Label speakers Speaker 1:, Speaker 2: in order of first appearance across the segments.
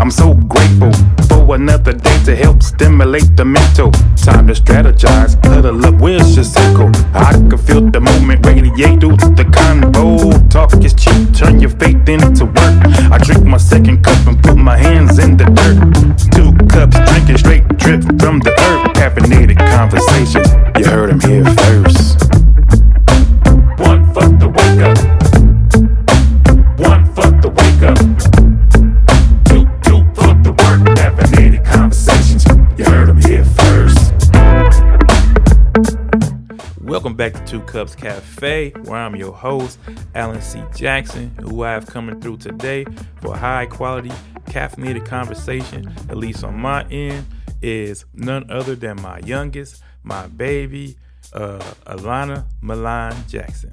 Speaker 1: grateful for another day to help stimulate the mental. Time to strategize, huddle up, where's your circle? I can feel the moment radiate through the convo. Talk is cheap, turn your faith into work. I drink my second cup and put my hands in the dirt. Two cups, drinking straight drip from the earth. Caffeinated conversations, you heard 'em here first. One for the wake up. One for the wake up. Two, two for the work. Caffeinated conversations. You heard 'em here first. Welcome back to Two Cups Cafe, where I'm your host, Alan C. Jackson, who I have coming through today for high quality caffeinated conversation, at least on my end, is none other than my youngest, my baby, uh, Alana Milan Jackson.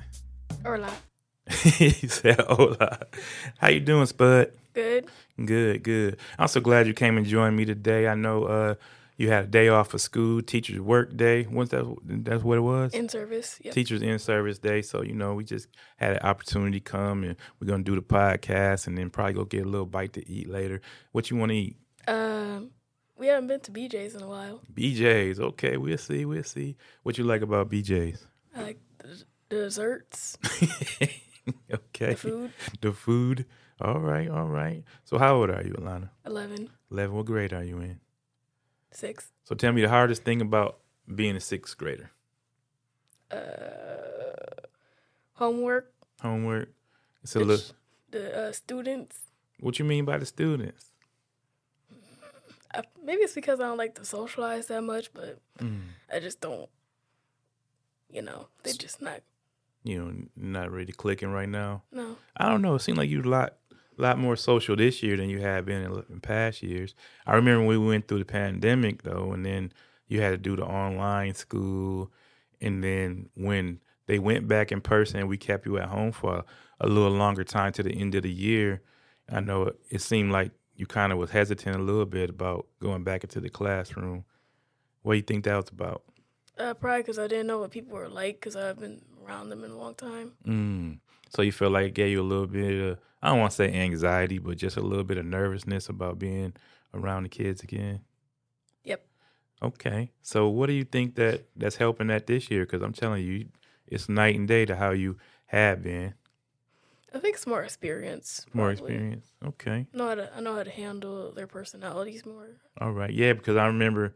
Speaker 2: Or not.
Speaker 1: he said, "Hola, how you doing, Spud?
Speaker 2: Good.
Speaker 1: Good, good. I'm so glad you came and joined me today. I know uh, you had a day off of school, teachers' work day. What's that? That's what it was.
Speaker 2: In service. Yep.
Speaker 1: Teachers in service day, so you know we just had an opportunity come, and we're gonna do the podcast, and then probably go get a little bite to eat later. What you want to eat?
Speaker 2: Um, we haven't been to BJ's in a while.
Speaker 1: BJ's. Okay, we'll see, we'll see. What you like about BJ's?
Speaker 2: I like the the desserts,
Speaker 1: okay,
Speaker 2: the food.
Speaker 1: The food. All right, all right. So how old are you, Alana?
Speaker 2: 11,
Speaker 1: Eleven. What grade are you in?
Speaker 2: 6.
Speaker 1: So tell me the hardest thing about being a sixth grader.
Speaker 2: Uh, homework.
Speaker 1: Homework. It's a little.
Speaker 2: The uh, students.
Speaker 1: What you mean by the students?
Speaker 2: I, maybe it's because I don't like to socialize that much, but
Speaker 1: Mm.
Speaker 2: I just don't. You know, they're just not.
Speaker 1: You know, not really clicking right now.
Speaker 2: No.
Speaker 1: I don't know. It seemed like you a lot, lot more social this year than you had been in, in past years. I remember when we went through the pandemic though, and then you had to do the online school, and then when they went back in person, we kept you at home for a, a little longer time to the end of the year. I know it, it seemed like you kind of was hesitant a little bit about going back into the classroom. What do you think that was about?
Speaker 2: Uh, probably because I didn't know what people were like because I've been around them in a long time.
Speaker 1: Mm. So you feel like it gave you a little bit of I don't want to say anxiety, but just a little bit of nervousness about being around the kids again.
Speaker 2: Yep.
Speaker 1: Okay. So what do you think that that's helping that this year? Because I'm telling you, it's night and day to how you had been
Speaker 2: I think it's more experience.
Speaker 1: more
Speaker 2: probably.
Speaker 1: experience. Okay.
Speaker 2: I know how to, I know how to handle their personalities more.
Speaker 1: All right. Yeah, because I remember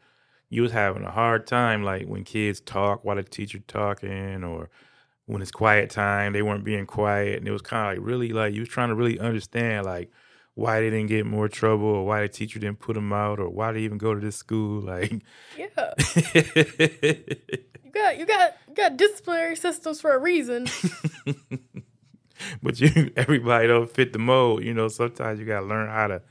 Speaker 1: you was having a hard time, like when kids talk while the teacher talking, or when it's quiet time, they weren't being quiet, and it was kind of like really like you was trying to really understand like why they didn't get in more trouble, or why the teacher didn't put them out, or why they even go to this school. Like,
Speaker 2: Yeah. You got you got you got disciplinary systems for a reason.
Speaker 1: but you everybody don't fit the mold. You know, sometimes you gotta learn how to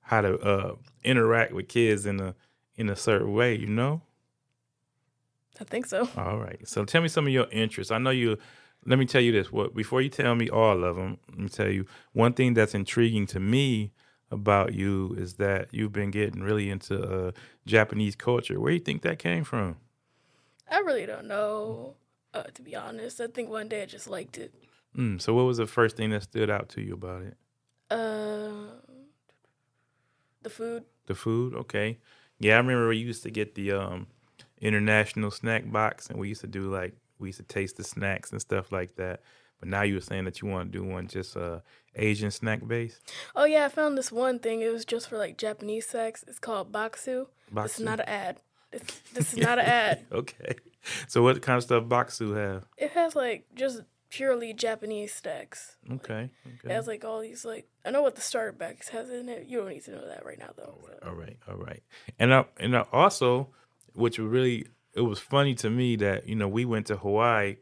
Speaker 1: how to uh, interact with kids in a in a certain way. You know.
Speaker 2: I think so.
Speaker 1: All right. So tell me some of your interests. I know you. Let me tell you this. What before you tell me all of them, let me tell you one thing that's intriguing to me about you is that you've been getting really into uh, Japanese culture. Where do you think that came from?
Speaker 2: I really don't know. Uh, to be honest, I think one day I just liked it.
Speaker 1: Mm, so what was the first thing that stood out to you about it?
Speaker 2: Uh, the food.
Speaker 1: The food. Okay. Yeah, I remember we used to get the um, international snack box, and we used to do like we used to taste the snacks and stuff like that. But now you were saying that you want to do one just uh, Asian snack based.
Speaker 2: Oh yeah, I found this one thing. It was just for like Japanese sex. It's called Baksu. This
Speaker 1: Bakso?
Speaker 2: is not an ad. It's, this is not an ad.
Speaker 1: Okay. So what kind of stuff Boxu have?
Speaker 2: It has like just purely Japanese sex.
Speaker 1: Okay.
Speaker 2: It
Speaker 1: Okay.
Speaker 2: has like all these like I know what the starter box has in it. You don't need to know that right now though. so.
Speaker 1: all right. All right. And I, and I also, which was really, it was funny to me that you know we went to Hawaii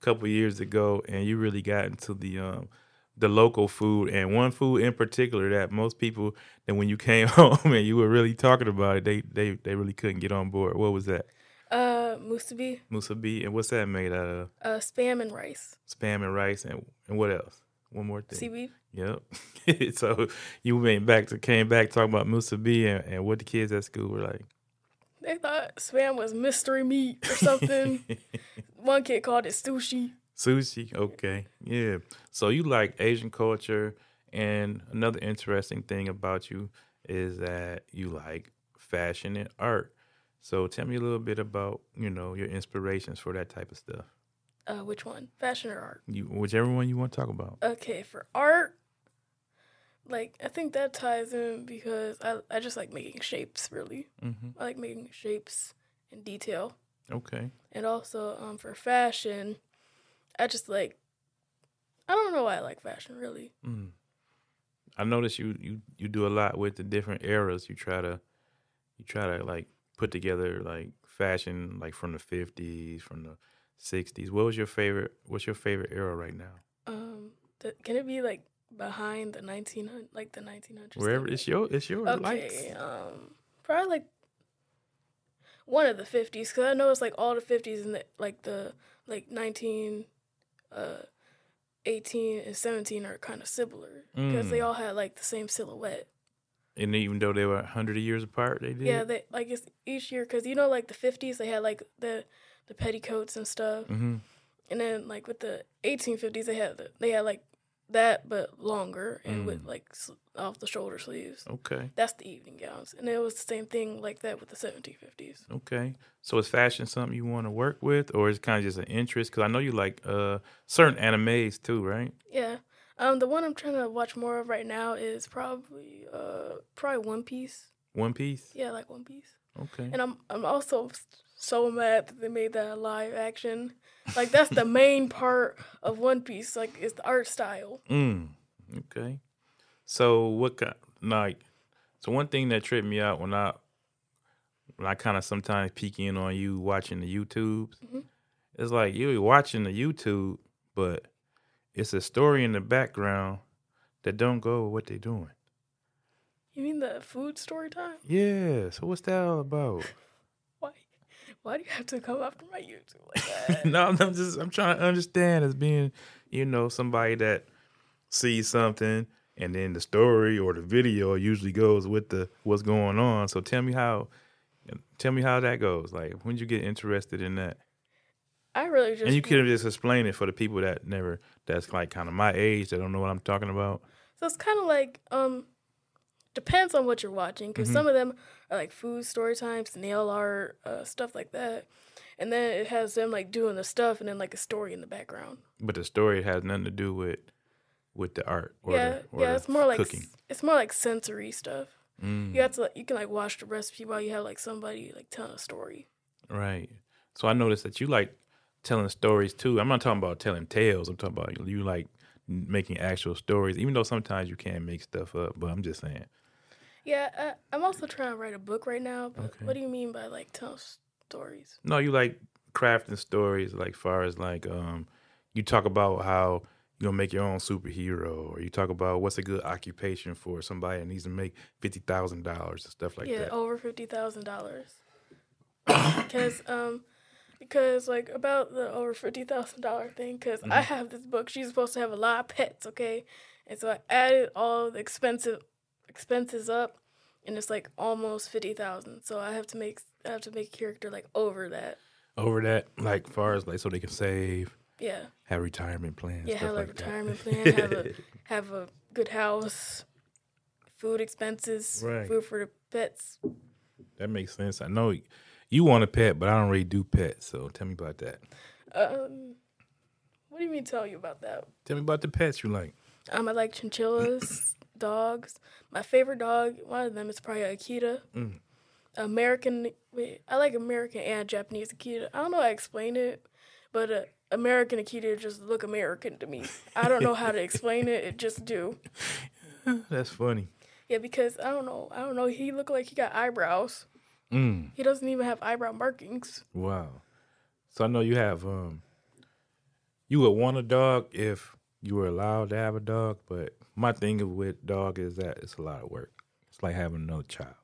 Speaker 1: a couple years ago, and you really got into the um the local food and one food in particular that most people that when you came home and you were really talking about it, they they they really couldn't get on board. What was that?
Speaker 2: Uh, musubi,
Speaker 1: Musabi and what's that made out of?
Speaker 2: uh, spam and rice,
Speaker 1: Spam and rice and and what else? One more thing.
Speaker 2: seaweed.
Speaker 1: Yep. so you went back to came back talking about Musabi and, and what the kids at school were like.
Speaker 2: They thought spam was mystery meat or something. One kid called it sushi.
Speaker 1: Sushi. Okay. Yeah. So you like Asian culture, and another interesting thing about you is that you like fashion and art. So tell me a little bit about you know your inspirations for that type of stuff.
Speaker 2: Uh, which one, fashion or art?
Speaker 1: You whichever one you want to talk about.
Speaker 2: Okay, for art, like I think that ties in because I I just like making shapes. Really,
Speaker 1: hmm
Speaker 2: I like making shapes and detail.
Speaker 1: Okay.
Speaker 2: And also um, for fashion, I just like. I don't know why I like fashion really.
Speaker 1: Mm. I notice you you you do a lot with the different eras. You try to you try to like put together like fashion like from the fifties, from the sixties. What was your favorite? What's your favorite era right now?
Speaker 2: Um, th- can it be like behind the nineteen hundred, like the nineteen hundreds?
Speaker 1: Wherever it's your it's your lights.
Speaker 2: Okay, um, probably like one of the fifties, cause I know it's like all the fifties and the, like the like nineteen, uh, eighteen and seventeen are kind of similar because they
Speaker 1: Mm.
Speaker 2: all had like the same silhouette.
Speaker 1: And even though they were hundred years apart, they did.
Speaker 2: Yeah, they like it's each year because you know like the fifties they had like the the petticoats and stuff,
Speaker 1: hmm
Speaker 2: and then like with the eighteen fifties they had the, they had like that but longer and with
Speaker 1: Mm.
Speaker 2: like s- off the shoulder sleeves.
Speaker 1: Okay.
Speaker 2: That's the evening gowns, and it was the same thing like that with the seventeen fifties.
Speaker 1: Okay. So is fashion something you want to work with, or is it kind of just an interest? Because I know you like uh certain animes too, right?
Speaker 2: Yeah. Um, the one I'm trying to watch more of right now is probably uh probably One Piece.
Speaker 1: One Piece.
Speaker 2: Yeah, I like One Piece.
Speaker 1: Okay.
Speaker 2: And I'm I'm also s- so mad that they made that a live action. Like that's the main part of One Piece. Like it's the art style.
Speaker 1: Mm, okay. So what kind like so one thing that tripped me out when I when I kind of sometimes peek in on you watching the YouTubes,
Speaker 2: Mhm.
Speaker 1: it's like you're watching the YouTube, but it's a story in the background that don't go with what they're doing.
Speaker 2: You mean the food story time?
Speaker 1: Yeah. So what's that all about?
Speaker 2: Why? Why do you have to come after my YouTube like that?
Speaker 1: no, I'm I'm just I'm trying to understand as being, you know, somebody that sees something and then the story or the video usually goes with the what's going on. So tell me how tell me how that goes. Like when you get interested in that.
Speaker 2: I really just
Speaker 1: And you could have just explained it for the people that never that's like kind of my age that don't know what I'm talking about.
Speaker 2: So it's kind of like um depends on what you're watching because
Speaker 1: Mhm.
Speaker 2: some of them are like food story times, nail art, uh, stuff like that, and then it has them like doing the stuff and then like a story in the background.
Speaker 1: But the story has nothing to do with with the art or
Speaker 2: yeah,
Speaker 1: the or
Speaker 2: yeah,
Speaker 1: the
Speaker 2: it's more like
Speaker 1: cooking.
Speaker 2: s- it's more like sensory stuff.
Speaker 1: Mm.
Speaker 2: You have to like, you can like watch the recipe while you have like somebody like telling a story.
Speaker 1: Right. So I noticed that you like telling stories too. I'm not talking about telling tales. I'm talking about you like making actual stories, even though sometimes you can make stuff up. But I'm just saying.
Speaker 2: Yeah, I, I'm also trying to write a book right now. But
Speaker 1: Okay.
Speaker 2: what do you mean by like telling s- stories?
Speaker 1: No, you like crafting stories, like far as like um, you talk about how you gonna make your own superhero, or you talk about what's a good occupation for somebody that needs to make fifty thousand dollars and stuff like
Speaker 2: yeah, oh
Speaker 1: that.
Speaker 2: over fifty thousand dollars. because um, because like about the over fifty thousand dollar thing. Because I
Speaker 1: Mm-hmm.
Speaker 2: have this book. She's supposed to have a lot of pets, okay? And so I added all the expensive expenses up, and it's like almost fifty thousand. So I have to make I have to make a character like over that.
Speaker 1: Over that, like far as like so they can save,
Speaker 2: Yeah,
Speaker 1: have retirement plans,
Speaker 2: yeah.
Speaker 1: stuff
Speaker 2: Have
Speaker 1: like
Speaker 2: a
Speaker 1: that.
Speaker 2: retirement plan. Have a have a good house. Food expenses.
Speaker 1: Right.
Speaker 2: Food for the pets.
Speaker 1: That makes sense. I know you want a pet, but I don't really do pets. So tell me about that.
Speaker 2: Um, what do you mean? Tell you about that?
Speaker 1: Tell me about the pets you like.
Speaker 2: Um, I like chinchillas, dogs. My favorite dog, one of them is probably Akita.
Speaker 1: Mm.
Speaker 2: American, wait, I like American and Japanese Akita. I don't know how to explain it, but uh, American Akita just look American to me. I don't know how to explain it. It just do.
Speaker 1: That's funny.
Speaker 2: Yeah, because I don't know. I don't know. He look like he got eyebrows.
Speaker 1: Mm.
Speaker 2: He doesn't even have eyebrow markings.
Speaker 1: Wow. So I know you have um you would want a dog if you were allowed to have a dog, but my thing with dog is that it's a lot of work. It's like having another child.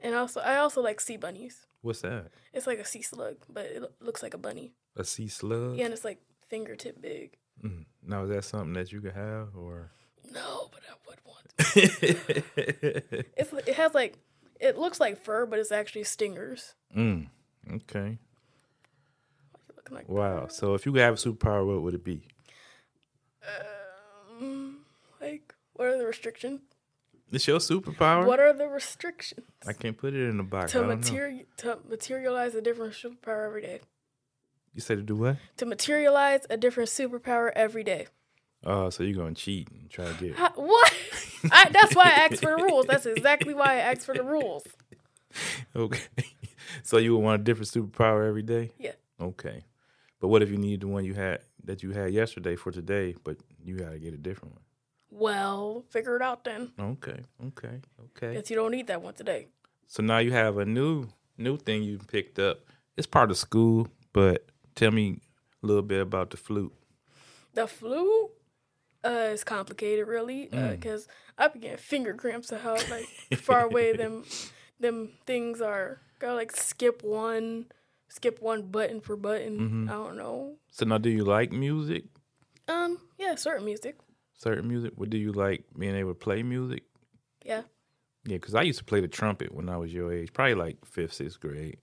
Speaker 2: And also, I also like sea bunnies.
Speaker 1: What's that?
Speaker 2: It's like a sea slug, but it lo- looks like a bunny.
Speaker 1: A sea slug?
Speaker 2: Yeah, and it's like fingertip big.
Speaker 1: Mm. Now is that something that you could have or
Speaker 2: No, but I would want. It's, it has like it looks like fur, but it's actually stingers.
Speaker 1: mm. Okay.
Speaker 2: You're looking like
Speaker 1: Wow. So if you could have a superpower, what would it be?
Speaker 2: um, like what are the restrictions?
Speaker 1: It's your superpower.
Speaker 2: What are the restrictions
Speaker 1: I can't put it in a box. I
Speaker 2: to
Speaker 1: don't know.
Speaker 2: material to materialize a different superpower every day?
Speaker 1: You said to do what?
Speaker 2: To materialize a different superpower every day.
Speaker 1: Oh, so you're gonna cheat and try to get.
Speaker 2: Ha- What? I, that's why I asked for the rules. That's exactly why I asked for the rules.
Speaker 1: Okay. so you would want a different superpower every day.
Speaker 2: Yeah.
Speaker 1: Okay. But what if you needed the one you had that you had yesterday for today, but you gotta get a different
Speaker 2: Well, figure it out then.
Speaker 1: one? Okay. Okay. Okay.
Speaker 2: Guess you don't need that one today.
Speaker 1: So now you have a new new thing you picked up. It's part of school, but tell me a little bit about the flute.
Speaker 2: The flu uh, is complicated, really,
Speaker 1: Mm.
Speaker 2: because I be getting finger cramps of how like far away them them things are. Gotta like skip one, skip one button per button.
Speaker 1: Mm-hmm.
Speaker 2: I don't know.
Speaker 1: So now, do you like music?
Speaker 2: Um, yeah, certain music.
Speaker 1: Certain music? What do you like being able to play music?
Speaker 2: Yeah,
Speaker 1: Yeah, because I used to play the trumpet when I was your age, probably like fifth, sixth grade.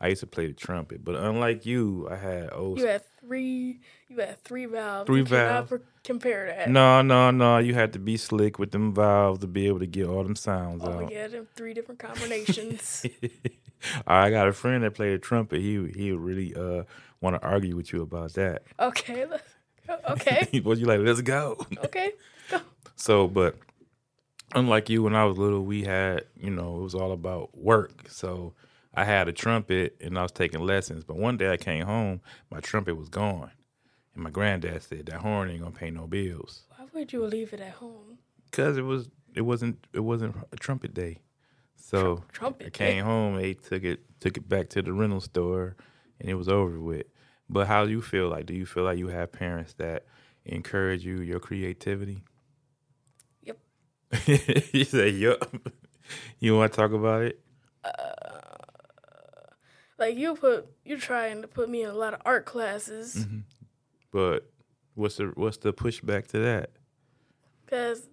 Speaker 1: I used to play the trumpet, but unlike you, I had old.
Speaker 2: you had three. You had three valves.
Speaker 1: Three
Speaker 2: You cannot
Speaker 1: valves.
Speaker 2: per- compare that.
Speaker 1: no, no, no. You had to be slick with them valves to be able to get all them sounds
Speaker 2: Oh
Speaker 1: out.
Speaker 2: yeah, them three different combinations.
Speaker 1: I got a friend that played the trumpet. He he would really uh want to argue with you about that.
Speaker 2: okay, let's go. okay,
Speaker 1: was you like, let's go.
Speaker 2: okay.
Speaker 1: So, but unlike you, when I was little, we had, you know, it was all about work. So I had a trumpet and I was taking lessons. But one day I came home, my trumpet was gone. And my granddad said, that horn ain't gonna pay no bills.
Speaker 2: Why would you leave it at home?
Speaker 1: Cause it was, it wasn't, it wasn't a trumpet day. So
Speaker 2: trumpet
Speaker 1: I
Speaker 2: day.
Speaker 1: came home, they took it, took it back to the rental store and it was over with. But how do you feel like? Do you feel like you have parents that encourage you, your creativity?
Speaker 2: Yep.
Speaker 1: you say, yup. You want to talk about it?
Speaker 2: Like you put you trying to put me in a lot of art classes.
Speaker 1: But what's the what's the pushback to that?
Speaker 2: because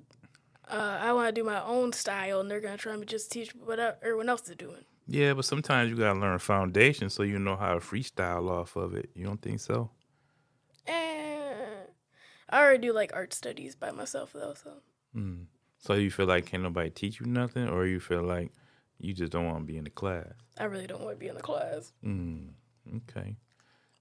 Speaker 2: uh, I want to do my own style, and they're gonna try to just teach what I- everyone else is doing.
Speaker 1: Yeah, but sometimes you gotta learn foundation so you know how to freestyle off of it. You don't think so?
Speaker 2: Eh, I already do like art studies by myself though, so
Speaker 1: So you feel like can't nobody teach you nothing, or you feel like you just don't want to be in the class?
Speaker 2: I really don't want to be in the class.
Speaker 1: Okay.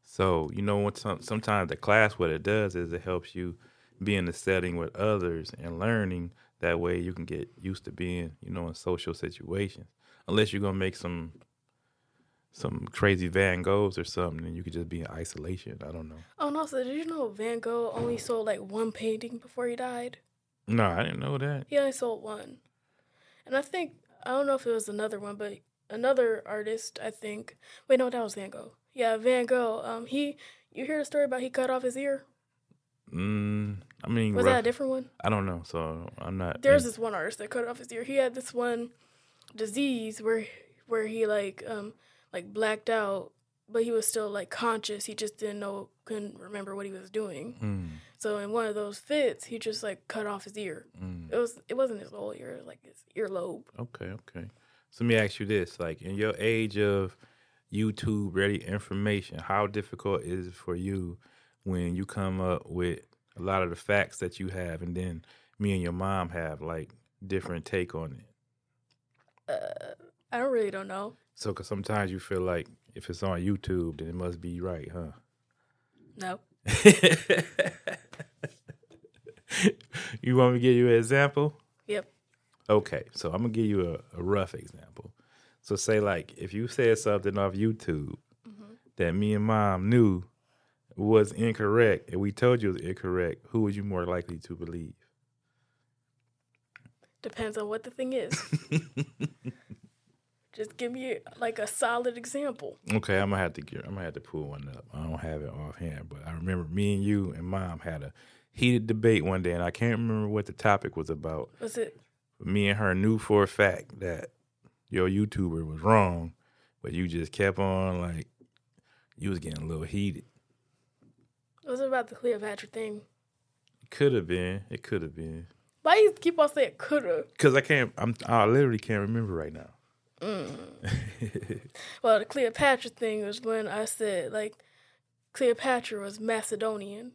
Speaker 1: So you know what? Some, sometimes the class what it does is it helps you be in the setting with others and learning. That way you can get used to being, you know, in social situations. Unless you're gonna make some some crazy Van Goghs or something, and you could just be in isolation. I don't know.
Speaker 2: Oh, and also, did you know Van Gogh only sold like one painting before he died?
Speaker 1: No, I didn't know that.
Speaker 2: He only sold one, and I think I don't know if it was another one, but another artist, I think. Wait, no, that was Van Gogh. Yeah, Van Gogh. Um, he. You hear the story about he cut off his ear?
Speaker 1: Mm, I mean,
Speaker 2: Was that a
Speaker 1: rough,
Speaker 2: different one?
Speaker 1: I don't know. So I'm not.
Speaker 2: there's this one artist that cut off his ear. He had this one disease where where he like um like blacked out, but he was still like conscious. He just didn't know couldn't remember what he was doing.
Speaker 1: Mm,
Speaker 2: So in one of those fits, he just like cut off his ear.
Speaker 1: mm.
Speaker 2: It was it wasn't his whole ear, it was, like his earlobe.
Speaker 1: Okay, okay. So let me ask you this: like in your age of YouTube ready information, how difficult is it for you when you come up with a lot of the facts that you have, and then me and your mom have like different take on it?
Speaker 2: I don't really don't know.
Speaker 1: So, cause sometimes you feel like if it's on YouTube, then it must be right, huh?
Speaker 2: No.
Speaker 1: you want me to give you an example?
Speaker 2: Yep.
Speaker 1: Okay, so I'm gonna give you a, a rough example. So say like if you said something off YouTube that me and mom knew was incorrect and we told you it was incorrect, who would you more likely to believe?
Speaker 2: Depends on what the thing is. just give me like a solid example.
Speaker 1: Okay, I'm gonna have to get, I'm gonna have to pull one up. I don't have it offhand, but I remember me and you and mom had a heated debate one day, and I can't remember what the topic was about.
Speaker 2: Was it
Speaker 1: me and her knew for a fact that your YouTuber was wrong, but you just kept on like you was getting a little heated.
Speaker 2: was it about the Cleopatra thing?
Speaker 1: Could have been. It could have been.
Speaker 2: Why you keep on saying coulda?
Speaker 1: Cause I can't. I'm. I literally can't remember right now.
Speaker 2: Well, the Cleopatra thing was when I said like Cleopatra was Macedonian,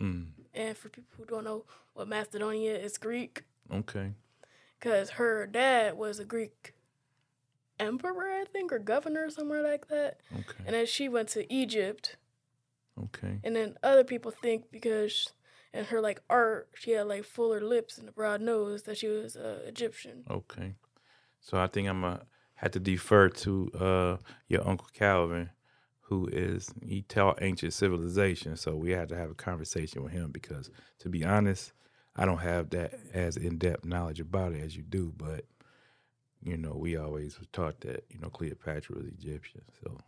Speaker 1: Mm,
Speaker 2: and for people who don't know what Macedonia is, Greek.
Speaker 1: okay.
Speaker 2: because her dad was a Greek emperor, I think, or governor, somewhere like that.
Speaker 1: Okay.
Speaker 2: And then she went to Egypt.
Speaker 1: Okay.
Speaker 2: And then other people think because in her like art, she had like fuller lips and a broad nose that she was uh, Egyptian.
Speaker 1: Okay. So I think I'm gonna have to defer to uh your uncle Calvin, who is he taught ancient civilization. So we had to have a conversation with him because, to be honest, I don't have that as in depth knowledge about it as you do. But you know, we always was taught that you know Cleopatra was Egyptian. So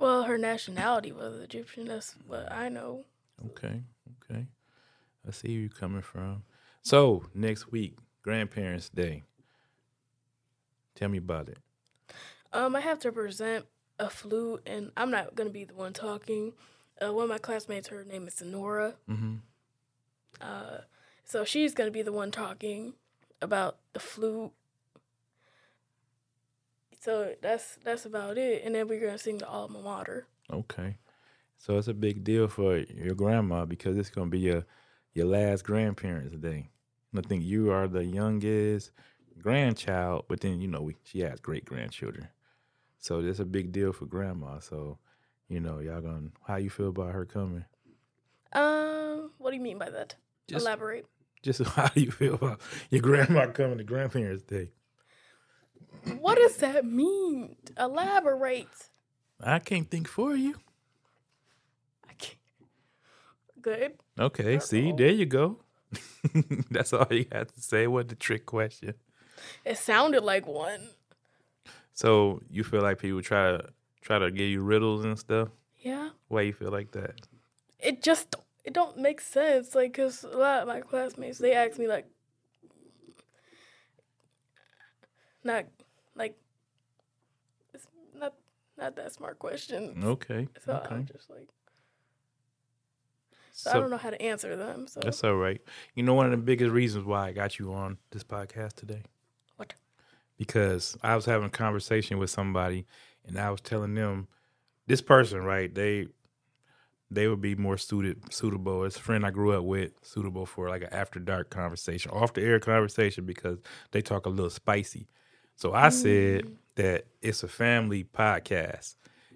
Speaker 2: Well, her nationality was Egyptian. That's what I know.
Speaker 1: okay, okay, I see where you're coming from. So next week, Grandparents' Day. Tell me about it.
Speaker 2: Um, I have to present a flute, and I'm not gonna be the one talking. Uh, one of my classmates, her name is Sonora.
Speaker 1: Mm-hmm.
Speaker 2: Uh, so she's gonna be the one talking about the flute. So that's that's about it, and then we're gonna sing the alma mater.
Speaker 1: Okay. So it's a big deal for your grandma because it's gonna be your your last grandparents' day. And I think you are the youngest grandchild, but then you know we, she has great grandchildren, so that's a big deal for grandma. So you know y'all gonna how you feel about her coming?
Speaker 2: Um, what do you mean by that?
Speaker 1: Just
Speaker 2: Elaborate.
Speaker 1: just how you feel about your grandma coming to grandparents' day?
Speaker 2: What does that mean? Elaborate.
Speaker 1: I can't think for you.
Speaker 2: I can't. Good.
Speaker 1: Okay, see, there you go. That's all you had to say. What the trick question?
Speaker 2: It sounded like one.
Speaker 1: So you feel like people try to try to give you riddles and stuff?
Speaker 2: Yeah.
Speaker 1: Why you feel like that?
Speaker 2: It just it don't make sense. Like, cause a lot of my classmates they ask me like, not like, it's not not that smart question.
Speaker 1: Okay.
Speaker 2: So
Speaker 1: Mm, okay.
Speaker 2: I'm just like, so, I don't
Speaker 1: So
Speaker 2: know how to answer them. So
Speaker 1: that's all right. You know, one of the biggest reasons why I got you on this podcast today.
Speaker 2: What?
Speaker 1: Because I was having a conversation with somebody, and I was telling them this person, right? They they would be more suited suitable. It's a friend I grew up with, suitable for like an after dark conversation, off the air conversation because they talk a little spicy. So I
Speaker 2: Mm.
Speaker 1: said that it's a family podcast.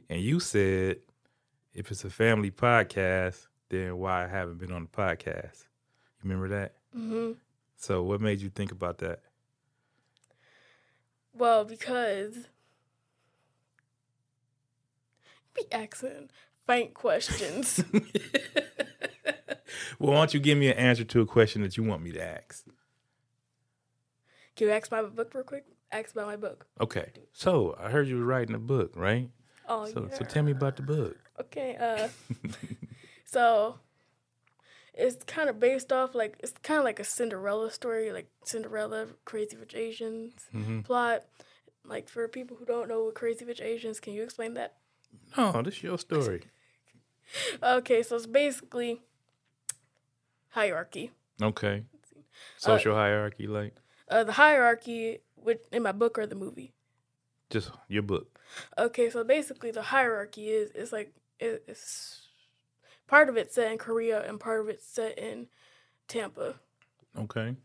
Speaker 1: And you said if it's a family podcast, then why I haven't been on the podcast. You remember that?
Speaker 2: hmm
Speaker 1: So what made you think about that?
Speaker 2: well because be asking faint questions.
Speaker 1: Well, why don't you give me an answer to a question that you want me to ask?
Speaker 2: Can you ask my book real quick? Ask about my book.
Speaker 1: Okay. So I heard you were writing a book, right?
Speaker 2: Oh,
Speaker 1: So
Speaker 2: yeah.
Speaker 1: so tell me about the book.
Speaker 2: Okay, uh, so it's kind of based off like it's kind of like a Cinderella story, like Cinderella Crazy Rich Asians
Speaker 1: hmm
Speaker 2: plot. Like for people who don't know what Crazy Rich Asians, can you explain that?
Speaker 1: No, this your story.
Speaker 2: Okay, so it's basically hierarchy.
Speaker 1: Okay. Social hierarchy, like
Speaker 2: Uh, the hierarchy, which in my book or the movie.
Speaker 1: just your book.
Speaker 2: Okay, so basically the hierarchy is is like it, it's part of it set in Korea and part of it set in Tampa.
Speaker 1: Okay.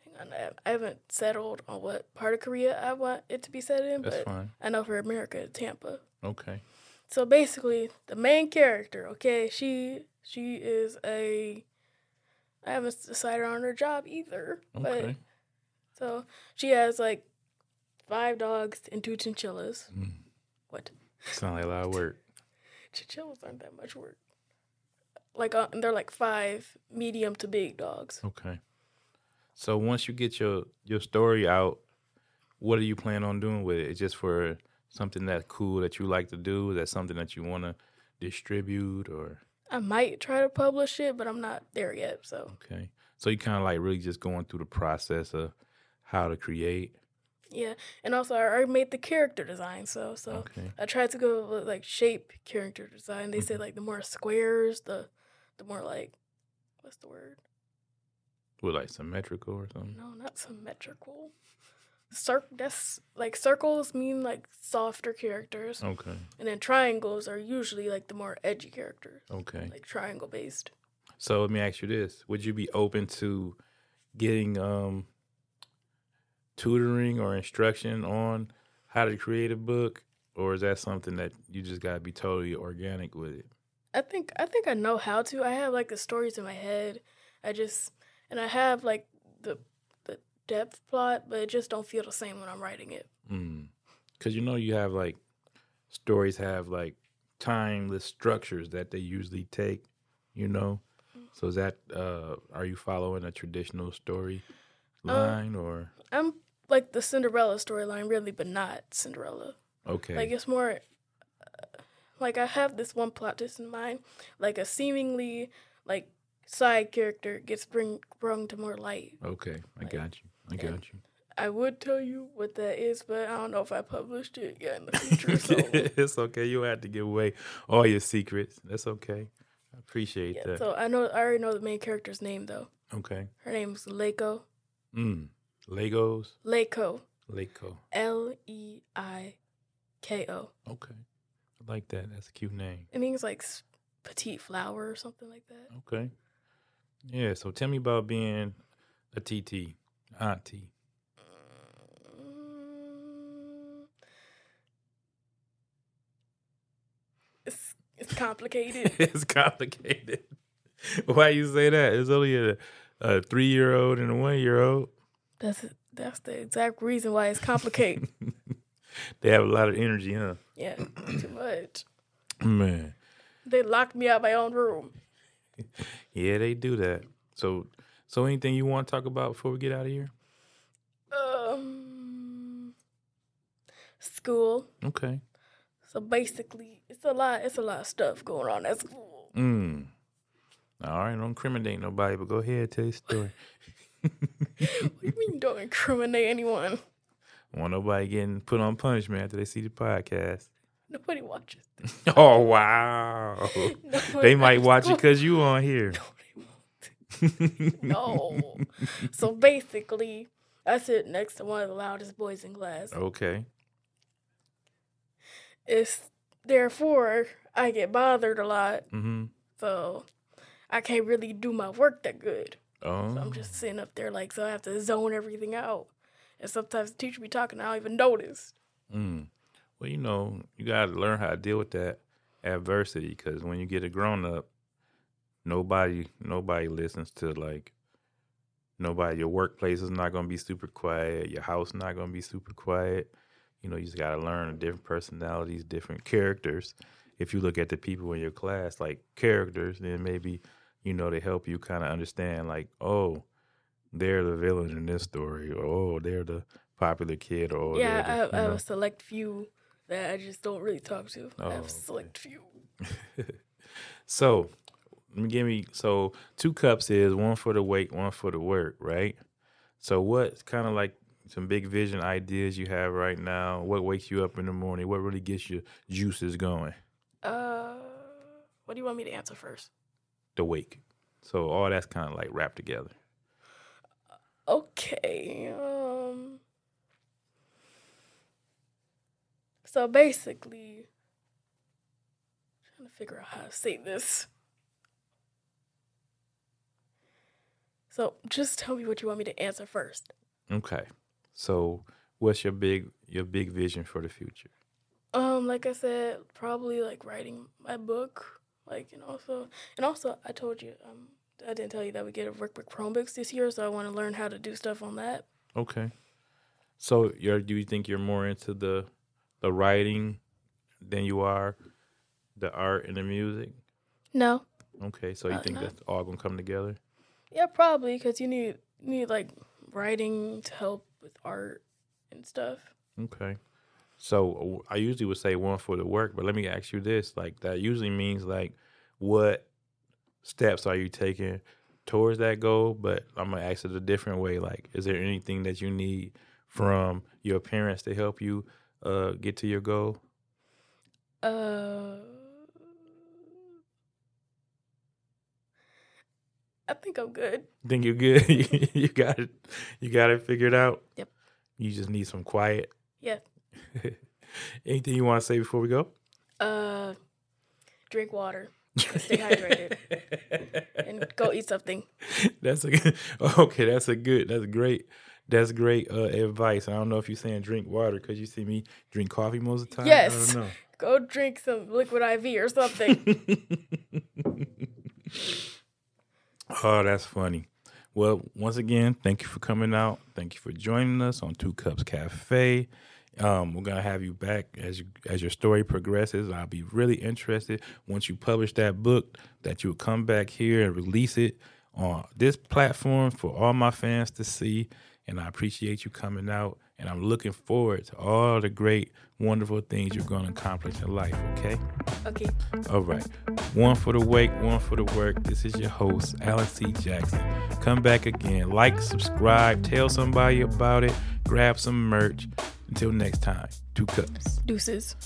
Speaker 2: Hang on, I, I haven't settled on what part of Korea I want it to be set in,
Speaker 1: That's
Speaker 2: but
Speaker 1: fine.
Speaker 2: I know for America, it's Tampa.
Speaker 1: Okay.
Speaker 2: So basically, the main character, okay, she she is a I haven't decided on her job either,
Speaker 1: Okay.
Speaker 2: but so she has like five dogs and two chinchillas.
Speaker 1: Mm.
Speaker 2: What?
Speaker 1: Sound like a lot of work.
Speaker 2: Chinchillas aren't that much work. Like uh, and they're like five medium to big dogs.
Speaker 1: Okay. So once you get your your story out, what are you planning on doing with it? It's just for something that's cool that you like to do. Is that something that you want to distribute or
Speaker 2: I might try to publish it, but I'm not there yet. So
Speaker 1: okay? So you kind of like really just going through the process of how to create.
Speaker 2: yeah, and also I already made the character design. So so
Speaker 1: Okay.
Speaker 2: I tried to go with like shape character design. They said like the more squares, the the more like what's the word?
Speaker 1: With like symmetrical or something.
Speaker 2: No, not symmetrical. Cir- that's like circles mean like softer characters,
Speaker 1: Okay.
Speaker 2: and then triangles are usually like the more edgy characters,
Speaker 1: Okay.
Speaker 2: like triangle based.
Speaker 1: So let me ask you this: Would you be open to getting um tutoring or instruction on how to create a book, or is that something that you just gotta be totally organic with it?
Speaker 2: I think I think I know how to. I have like the stories in my head. I just and I have like the the depth plot, but it just don't feel the same when I'm writing it.
Speaker 1: Mm. Cause you know you have like stories have like timeless structures that they usually take, you know. So is that uh are you following a traditional story
Speaker 2: Uh,
Speaker 1: line or
Speaker 2: I'm like the Cinderella storyline, really, but not Cinderella.
Speaker 1: okay.
Speaker 2: Like it's more uh, like I have this one plot just in mind, like a seemingly like side character gets bring brung to more light.
Speaker 1: okay, I
Speaker 2: like-
Speaker 1: got you. I got you.
Speaker 2: I would tell you what that is, but I don't know if I published it yet in the future. So.
Speaker 1: it's okay. You don't have to give away all your secrets. That's okay. I appreciate
Speaker 2: Yeah,
Speaker 1: that.
Speaker 2: so I know I already know the main character's name though.
Speaker 1: okay.
Speaker 2: Her name's Leiko.
Speaker 1: Mm. Legos,
Speaker 2: Leiko.
Speaker 1: Lego.
Speaker 2: L E I K O.
Speaker 1: Okay. I like that. That's a cute name.
Speaker 2: It means like s- petite flower or something like that.
Speaker 1: Okay. Yeah. So tell me about being a TT, auntie.
Speaker 2: Mm. It's, it's complicated.
Speaker 1: it's complicated. Why you say that? It's only a, a three year old and a one year old.
Speaker 2: that's that's the exact reason why it's complicated.
Speaker 1: They have a lot of energy, huh?
Speaker 2: yeah, too much.
Speaker 1: Man.
Speaker 2: They locked me out of my own room.
Speaker 1: Yeah, they do that. So, so anything you want to talk about before we get out of here?
Speaker 2: Um, school.
Speaker 1: Okay.
Speaker 2: So basically, it's a lot. It's a lot of stuff going on at school.
Speaker 1: Mm. All right, don't incriminate nobody, but go ahead, tell your story.
Speaker 2: What do you mean don't incriminate anyone?
Speaker 1: Want nobody getting put on punishment after they see the podcast.
Speaker 2: Nobody watches.
Speaker 1: Oh wow. they
Speaker 2: Nobody
Speaker 1: might
Speaker 2: watches
Speaker 1: watch it
Speaker 2: school.
Speaker 1: because you on here.
Speaker 2: No. so basically, I sit next to one of the loudest boys in class.
Speaker 1: Oh. okay.
Speaker 2: It's therefore I get bothered a lot,
Speaker 1: Mm-hmm.
Speaker 2: so I can't really do my work that good.
Speaker 1: Oh.
Speaker 2: So I'm just sitting up there like so I have to zone everything out. And sometimes the teacher be talking, I don't even notice.
Speaker 1: Mm. Well, you know, you got to learn how to deal with that adversity because when you get a grown up, nobody nobody listens to like nobody. Your workplace is not going to be super quiet. Your house not going to be super quiet. You know, you just got to learn different personalities, different characters. If you look at the people in your class like characters, then maybe you know they help you kind of understand like, oh, they're the villain in this story, or oh, they're the popular kid, or oh,
Speaker 2: yeah,
Speaker 1: they're the,
Speaker 2: I have, I
Speaker 1: you
Speaker 2: have
Speaker 1: know.
Speaker 2: a select few that I just don't really talk to. I
Speaker 1: Oh,
Speaker 2: have a
Speaker 1: okay.
Speaker 2: select few.
Speaker 1: So, let me give me so two cups is one for the weight, one for the work, right? So, what kind of like some big vision ideas you have right now? What wakes you up in the morning? What really gets your juices going?
Speaker 2: Uh, what do you want me to answer first?
Speaker 1: The wake. So all that's kind of like wrapped together.
Speaker 2: Okay. Um. So basically, trying to figure out how to say this. So just tell me what you want me to answer first.
Speaker 1: Okay. So, what's your big your big vision for the future?
Speaker 2: Um, like I said, probably like writing my book, like and also and also I told you um I didn't tell you that we get a work with Chromebooks this year, so I want to learn how to do stuff on that.
Speaker 1: Okay. So, you're do you think you're more into the the writing than you are the art and the music?
Speaker 2: No,
Speaker 1: Okay, so you
Speaker 2: Uh,
Speaker 1: think
Speaker 2: no.
Speaker 1: that's all gonna come together?
Speaker 2: Yeah, probably because you need you need like writing to help with art and stuff.
Speaker 1: Okay. So uh, I usually would say one for the work, but let me ask you this: like that usually means like what steps are you taking towards that goal? But I'm gonna ask it a different way: like, is there anything that you need from your parents to help you uh, get to your goal?
Speaker 2: Uh, I think I'm good.
Speaker 1: Think you're good? you got it. You got it figured out.
Speaker 2: Yep.
Speaker 1: You just need some quiet.
Speaker 2: Yeah.
Speaker 1: anything you want to say before we go?
Speaker 2: Uh, drink water stay hydrated. and go eat something.
Speaker 1: That's a good, okay. That's a good. That's great. that's great uh, advice. I don't know if you're saying drink water because you see me drink coffee most of the time.
Speaker 2: Yes.
Speaker 1: I don't know.
Speaker 2: Go drink some liquid IV or something.
Speaker 1: Oh, that's funny. Well, once again, thank you for coming out. Thank you for joining us on Two Cups Cafe. Um, we're gonna have you back as you as your story progresses. I'll be really interested once you publish that book that you'll come back here and release it on this platform for all my fans to see. And I appreciate you coming out. And I'm looking forward to all the great, wonderful things you're gonna accomplish in life. Okay.
Speaker 2: okay.
Speaker 1: All right. One for the wake, one for the work. This is your host, Alan C. Jackson. Come back again. Like, subscribe, tell somebody about it, grab some merch. Until next time, two cups.
Speaker 2: Deuces.